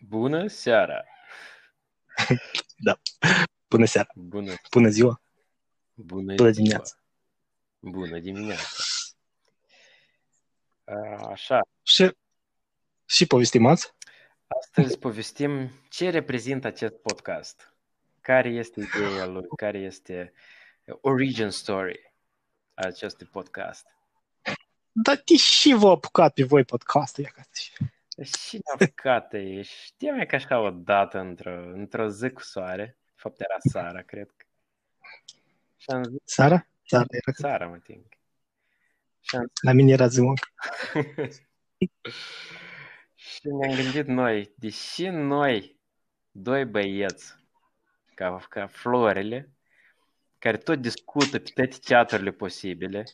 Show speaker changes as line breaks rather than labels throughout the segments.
Bună seara!
Bună seara,
Bună,
bună ziua,
bună,
bună dimineața.
ziua. Bună dimineața! A, Așa,
Și, și povestimați?
astăzi povestim ce reprezintă acest podcast. Care este ideea lui, care este origin story a acestui podcast.
Dar de Da, și v-a apucat pe voi podcastul? Ia ca să-
Și din păcate, știam eu că așa o dată, într-o, într-o zi cu soare, de fapt era Sara, cred că. Și am zis,
Sara? Sara era că
Sara, mă ting. Și am
la mine era ziua.
Și ne-am gândit noi, deși noi, doi băieți, ca, ca florile, care tot discută pe toate chaturile posibile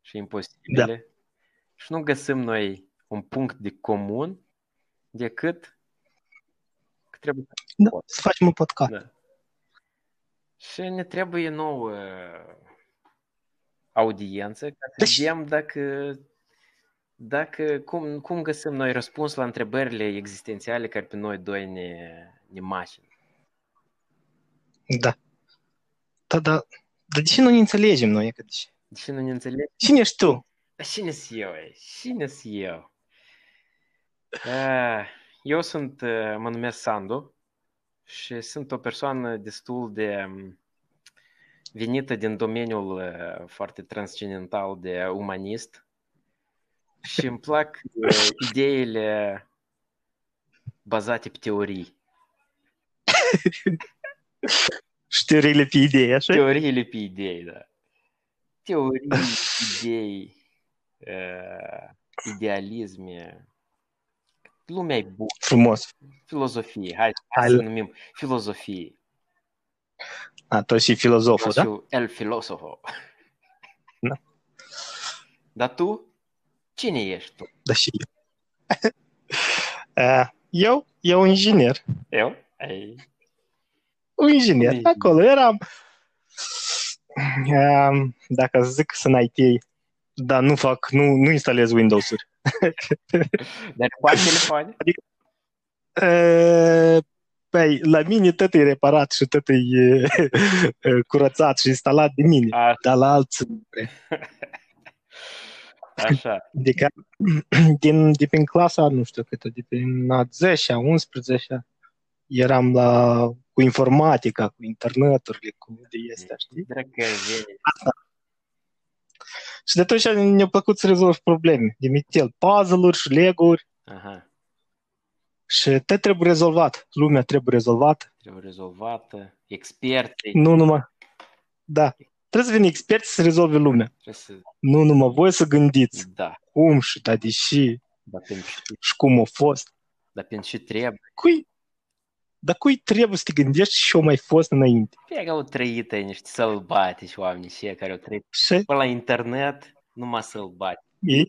și imposibile, da. și nu găsim noi un punct de comun decât că trebuie să...
Da, să facem un podcast.
Da. Și ne trebuie nouă audiență ca să
Deci-
vedem dacă, dacă cum, cum găsim noi răspuns la întrebările existențiale care pe noi doi ne, ne mașină.
Da. Da, da. Dar de ce nu ne înțelegem noi? Că de ce?
Deși nu ne înțeleg,
Cine ești tu?
dar cine sunt eu? e? Cine sunt eu? Ah, Eu sunt, eh, mă numesc Sandu și sunt o persoană destul de mm, venită din domeniul eh, foarte transcendental de umanist și îmi plac eh, ideile bazate pe teorii.
Știrile pe idei, așa?
Teoriile pe idei, da. Teorii, idei, uh, idealisme. Lumea e bună.
Frumos.
Filozofie. Hai, hai
Al-
să numim filozofie.
A, tu și filozoful,
Eu
da?
sunt el filosofo.
Da.
Dar tu? Cine ești tu?
Da, și eu. A, Eu? Eu inginer.
Eu? Ai...
un inginer.
Bine.
Acolo eram. Ehm, Dacă zic să în IT, dar nu fac, nu, nu instalez Windows-uri.
Dar repar telefoane?
E, Păi, la mine tot e reparat și tot e e, curățat și instalat de mine,
A,
dar la alții,
așa.
adică din, de prin clasa, nu știu câtă, de prin a 10-a, 11-a, eram la, cu informatica, cu interneturile, cu de astea, știi?
Drăgăveni.
Și de atunci ne-a plăcut să rezolv probleme. De mitel, puzzle-uri și leguri
Aha.
și te trebuie rezolvat. Lumea trebuie rezolvată.
Trebuie rezolvată. Experții.
Nu numai... Da. Trebuie să vină experți să rezolve lumea.
Trebuie să...
Nu numai voi să gândiți
Da.
cum și da de și
Dar pentru ce
și cum a fost.
Dar pentru ce trebuie?
Cui... Dar cui trebuie să te gândești și eu mai fost înainte?
Fie că au trăit ei niște sălbatici oameni și care au trăit
Și
pe la internet numai sălbatici.
e...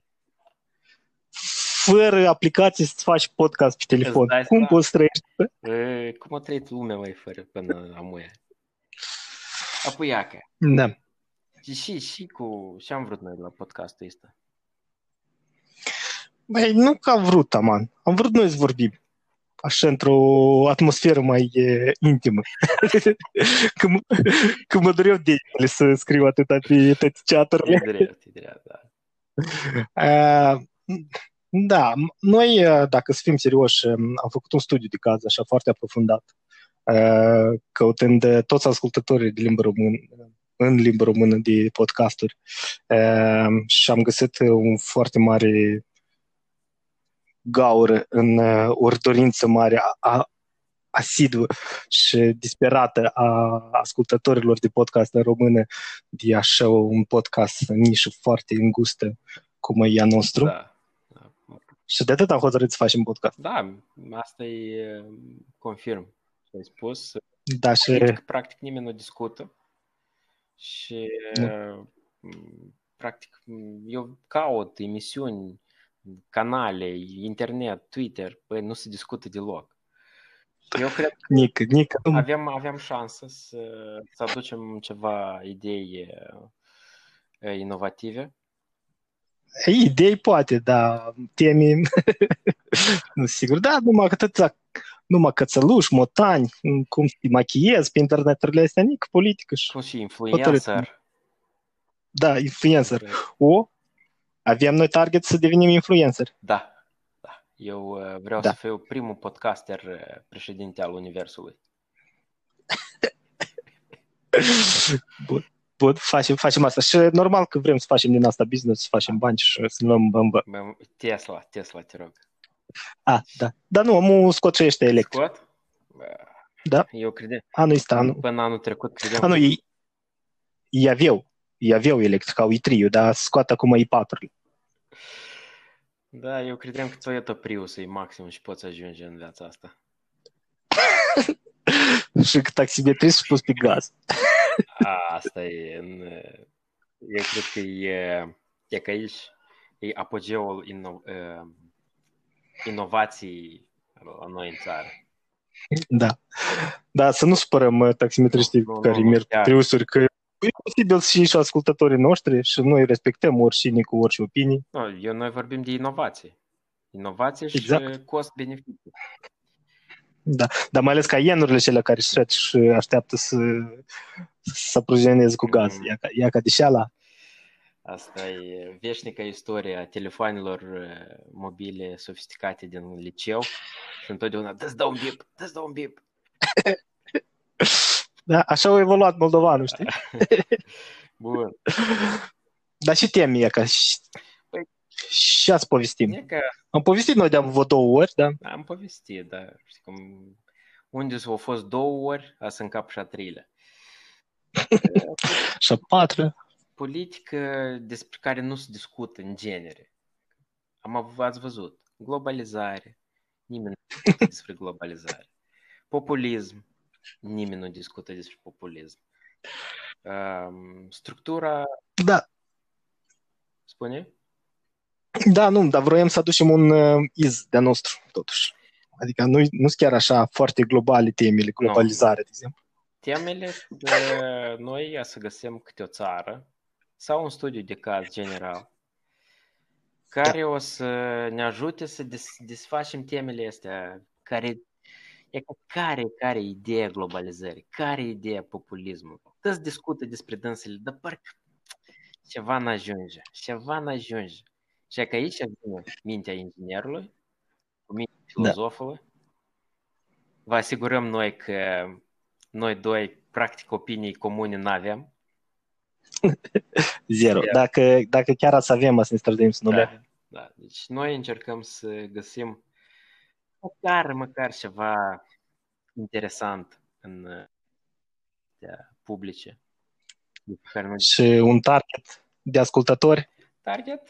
fără aplicații să faci podcast pe telefon.
Îți dai
Cum
seama?
poți să trăiești?
E, cum a trăit lumea mai fără până la muia? Apuiacă.
Da.
Și, și, și cu ce am vrut noi la podcastul ăsta?
Băi, nu că am vrut, Aman. Am vrut noi să vorbim. Așa, într-o atmosferă mai e, intimă. că, mă, că mă dureu de ele să scriu atâta pe toate
E
chat-urile.
drept, e drept, da.
A, Da, m- noi, a, dacă să fim serioși, um, am făcut un studiu de caz așa foarte aprofundat, a, căutând a, toți ascultătorii de limbă română, în limbă română de podcasturi a, și am găsit un foarte mare gaură în a, o dorință mare a, a asiduă și disperată a ascultătorilor de podcast în română de așa un podcast nișă foarte îngustă cum e a nostru.
Da. Da.
Și de atât am hotărât să facem podcast.
da, asta e э, confirm. Ce ai spus,
Da, și
Practic, practic nimeni nu discută. Și m, practic m, eu caut emisiuni, canale, internet, Twitter, băi, nu se discută deloc. Și Eu cred că
nică, nică. nu-
aveam, aveam șansă să, să aducem ceva idei eh, inovative.
Idei poate, dar teme... nu sigur. Da, numai că atât numai cățăluși, motani, cum te machiezi pe interneturile astea, nici politică și...
Tu și influencer.
Da, influencer. O, avem noi target să devenim influenceri.
Da. da. Eu uh, vreau
Da.
să fiu primul podcaster uh, președinte al Universului.
Bun. Bun, facem, facem asta. Și normal că vrem să facem din asta business, să facem bani și să luăm bambă.
Mă- Tesla, Tesla, te rog.
A, da. Dar nu, omul scocește electric.
Scot? Uh,
Da.
Eu credeam,
Anul ăsta, anul.
până anul trecut credeam
A, Ah, nu,
că
ei, ei aveau, ei aveau electric, au i3 dar scoat acum i 4
Da, eu credeam că Toyota Prius e maximum și poți ajunge în viața asta.
Și că taximetrist și pus pe gaz.
A, asta e în... Eu cred că e, e că aici e apogeul ino, uh, inovației la noi în țară.
Da. Da, să nu supărăm uh, taximetriștii
Nu, nu,
care
nu,
merg
chiar.
priusuri, că e posibil și și ascultătorii noștri și noi respectăm oricine cu orice opinii.
No, eu, noi vorbim de inovație. Inovație și
Exact.
cost-beneficiu.
Dar mai ales ca ienurile cele care își trec și așteaptă să să prujineze cu gaz.
Mhm.
Ia ca, ia ca deșeala.
Asta e veșnica istorie a telefonelor uh, mobile sofisticate din liceu și întotdeauna dă-ți dau un bip, dă-ți dau un bip.
Da, așa au evoluat moldovanul, știi?
Bun.
Dar și teme e ca și,
Păi-
și ați povestim.
E că
Am povestit noi de-am vă două ori, da?
Am povestit, dar știi cum... Unde s-au fost două ori, a să încap și a treilea.
Și a patra.
Politică despre care nu se discută în genere. Am av- ați văzut. Globalizare. Nimeni nu discută despre globalizare. Populism. Nimeni nu discută despre populism. Um, structura,
Da,
spune?
Da, nu, dar vroiam să aducem un uh, iz de-a nostru, totuși. Adică nu nu sunt chiar așa foarte globale temele, globalizare, de exemplu.
Temele de noi a să găsim câte o țară sau un studiu de caz general care o să ne ajute să des- desfacem temele astea care e ca care, care e ideea globalizării, care e ideea populismului. Tot se discută despre dânsele, dar parcă ceva n-ajunge, ceva n-ajunge. Și că aici vine mintea inginerului, cu mintea filozofului. Vă asigurăm noi că noi doi, practic, opinii comune n-avem.
Zero.
Zero.
Dacă, dacă chiar ați avem, să ne străduim să nu le
Da. da. Deci noi încercăm să găsim măcar, măcar ceva interesant în uh, astea publice. Despre care noi-
Și un target de ascultători.
Target?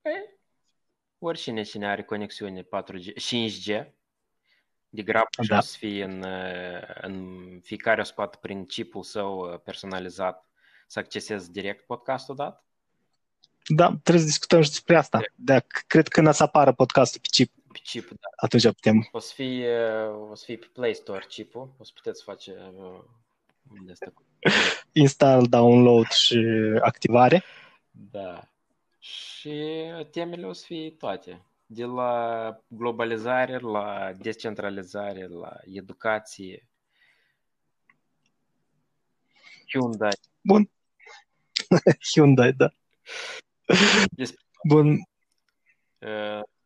Păi, oricine cine are conexiune 4G, 5G, de grab da.
Da.
o să fie în, uh, în fiecare o să poată prin chipul său uh, personalizat să accesezi direct podcastul dat.
Da, trebuie să discutăm și despre asta. Dacă, cred că când ați apară podcastul pe chip,
Pe chip, da.
atunci putem.
O să fie, o să fie pe Play Store chipul, o să puteți face uh, de asta cu...
Install, download și activare.
Da. Și temele o să fie toate. De la globalizare, la descentralizare, la educație. Hyundai.
Hyundai, da.
Despre,
Bun,
uh,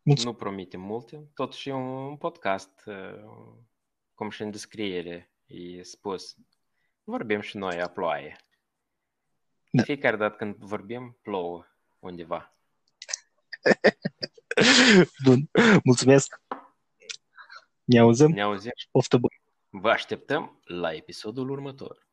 Mulțumesc.
nu promite multe, totuși e un podcast, uh, cum și în descriere e spus. Vorbim și noi a ploaie.
Da.
Fiecare dată când vorbim, plouă undeva.
bun. Mulțumesc. Ne auzim.
Ne auzim?
Poftă bună.
Vă așteptăm la episodul următor.